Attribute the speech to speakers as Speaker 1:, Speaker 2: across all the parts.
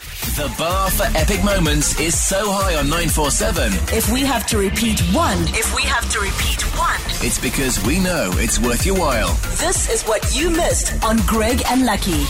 Speaker 1: The bar for epic moments is so high on 947,
Speaker 2: If we have to repeat one,
Speaker 3: If we have to repeat one,
Speaker 1: it's because we know it's worth your while.
Speaker 2: this is what you missed on Greg and Lucky.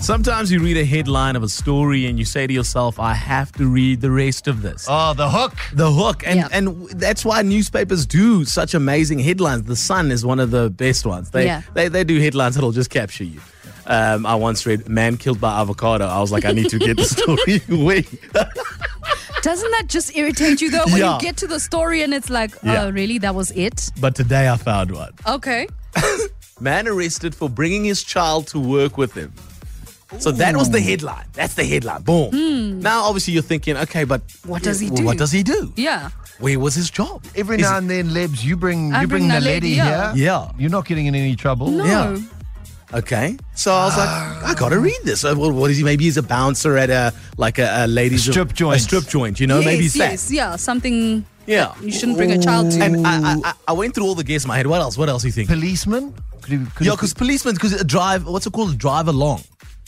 Speaker 4: Sometimes you read a headline of a story and you say to yourself, I have to read the rest of this.
Speaker 5: Oh, the hook.
Speaker 4: The hook. And
Speaker 6: Yeah.
Speaker 4: and w- that's why newspapers do such amazing headlines. The Sun is one of the best ones. They
Speaker 6: Yeah.
Speaker 4: they, they do headlines that'll just capture you. Um, I once read Man Killed by Avocado. I was like, I need to get the story away.
Speaker 6: Doesn't that just irritate you though when
Speaker 4: Yeah.
Speaker 6: you get to the story and it's like, oh,
Speaker 4: Yeah.
Speaker 6: really? That was it?
Speaker 4: But today I found one.
Speaker 6: Okay.
Speaker 4: Man arrested for bringing his child to work with him. So that was the headline. That's the headline. Boom. Now, obviously, you're thinking, okay, but
Speaker 6: Hmm. What does he
Speaker 4: well, What
Speaker 6: do?
Speaker 4: does he do?
Speaker 6: Yeah.
Speaker 4: Where was his job?
Speaker 5: Every
Speaker 4: Is-
Speaker 5: now and then, Lebs, you bring
Speaker 6: I
Speaker 5: you bring,
Speaker 6: bring
Speaker 5: the
Speaker 6: the
Speaker 5: lady
Speaker 6: lady,
Speaker 5: here.
Speaker 6: yeah.
Speaker 4: Yeah.
Speaker 5: You're not getting in any trouble.
Speaker 6: No.
Speaker 4: Yeah. Okay. So I was like, I gotta read this. Uh, What, what is he? Maybe he's a bouncer at a like a, a ladies
Speaker 5: A strip
Speaker 4: a
Speaker 5: joint.
Speaker 4: strip joint. You know, maybe
Speaker 6: yes,
Speaker 4: he's that.
Speaker 6: yes, yeah. Something
Speaker 4: Yeah.
Speaker 6: you shouldn't bring a child to.
Speaker 4: And I, I I- I went through all the guests in my head. What else? What else you think?
Speaker 5: Policeman? Could he, could
Speaker 4: yeah,
Speaker 5: he-
Speaker 4: because policemen, because a drive. What's it called? A drive along.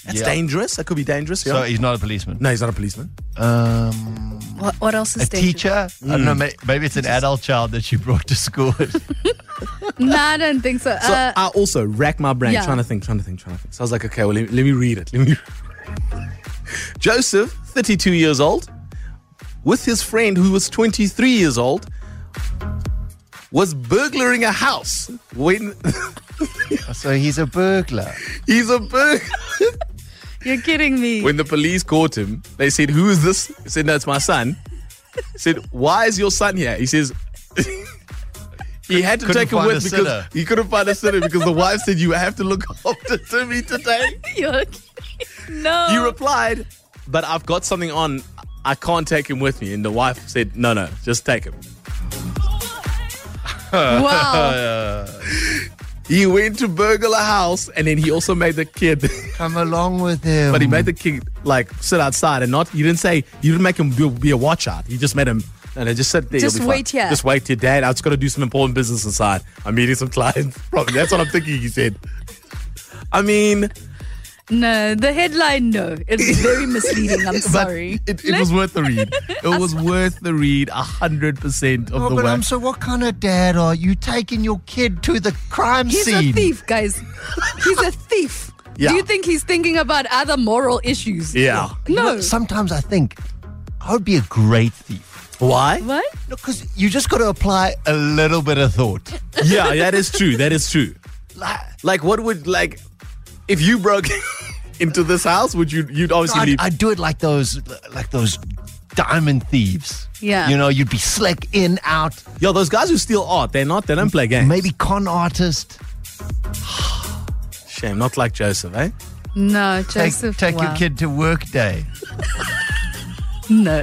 Speaker 4: That's
Speaker 5: Yeah.
Speaker 4: dangerous. That could be dangerous. Yeah.
Speaker 5: so he's not a policeman.
Speaker 4: no, he's not a policeman.
Speaker 5: Um,
Speaker 6: what, what else is
Speaker 5: a
Speaker 6: dangerous?
Speaker 5: teacher? Mm. I don't know. may- Maybe it's an adult child that she brought to school.
Speaker 6: No, I don't think so.
Speaker 4: So
Speaker 6: uh,
Speaker 4: I also racked my brain
Speaker 6: yeah.
Speaker 4: trying to think, trying to think, trying to think. So I was like, okay, well, let me, let me read it. Let me. Joseph, 32 years old, with his friend who was 23 years old, was burglaring a house when
Speaker 5: so he's a burglar.
Speaker 4: he's a burglar.
Speaker 6: you're kidding me.
Speaker 4: When the police caught him, they said, "Who is this?" He said, "No, it's my son." He said, "Why is your son here?" He says. He had to
Speaker 5: Couldn't
Speaker 4: take him
Speaker 5: find
Speaker 4: with
Speaker 5: a
Speaker 4: because
Speaker 5: sitter.
Speaker 4: he couldn't find a sitter because the wife said, "You have to look after Timmy today."
Speaker 6: You're kidding- no.
Speaker 4: He replied, but I've got something on. I can't take him with me. And the wife said, no, no, just take him.
Speaker 6: wow.
Speaker 4: He went to burglar house and then he also made the kid,
Speaker 5: Come along with him.
Speaker 4: but he made the kid like sit outside and not, he didn't say, you didn't make him be, be a watch out. He just made him, no, no, just sit there.
Speaker 6: Just
Speaker 4: you'll be
Speaker 6: wait
Speaker 4: fine.
Speaker 6: here."
Speaker 4: Just wait here, dad. I've just got to do some important business inside. I'm meeting some clients. Probably. That's what I'm thinking he said. I mean,
Speaker 6: No, the headline, no. It's very misleading. I'm sorry.
Speaker 4: it, it was worth the read. It was worth the read 100% of
Speaker 5: Oh,
Speaker 4: the
Speaker 5: but
Speaker 4: way.
Speaker 5: I'm so what kind of dad are you taking your kid to the crime
Speaker 6: He's
Speaker 5: scene?
Speaker 6: a thief, guys. He's a thief.
Speaker 4: Yeah.
Speaker 6: Do you think he's thinking about other moral issues?
Speaker 4: yeah.
Speaker 5: You know,
Speaker 6: No.
Speaker 5: sometimes I think I would be a great thief.
Speaker 4: Why?
Speaker 6: What?
Speaker 5: Because you just got to apply a little bit of thought.
Speaker 4: yeah, that is true. That is true.
Speaker 5: Like,
Speaker 4: Like, what would like if you broke into this house? Would you? You'd obviously
Speaker 5: I'd,
Speaker 4: leave.
Speaker 5: I'd do it like those, like those diamond thieves.
Speaker 6: Yeah.
Speaker 5: You know, you'd be slick in, out,
Speaker 4: Yo, those guys who steal art, they're not. They don't play games.
Speaker 5: maybe con artist.
Speaker 4: shame. Not like Joseph, eh?
Speaker 6: No,
Speaker 5: Take,
Speaker 6: Joseph.
Speaker 5: take
Speaker 6: wow.
Speaker 5: your kid to work day.
Speaker 6: No.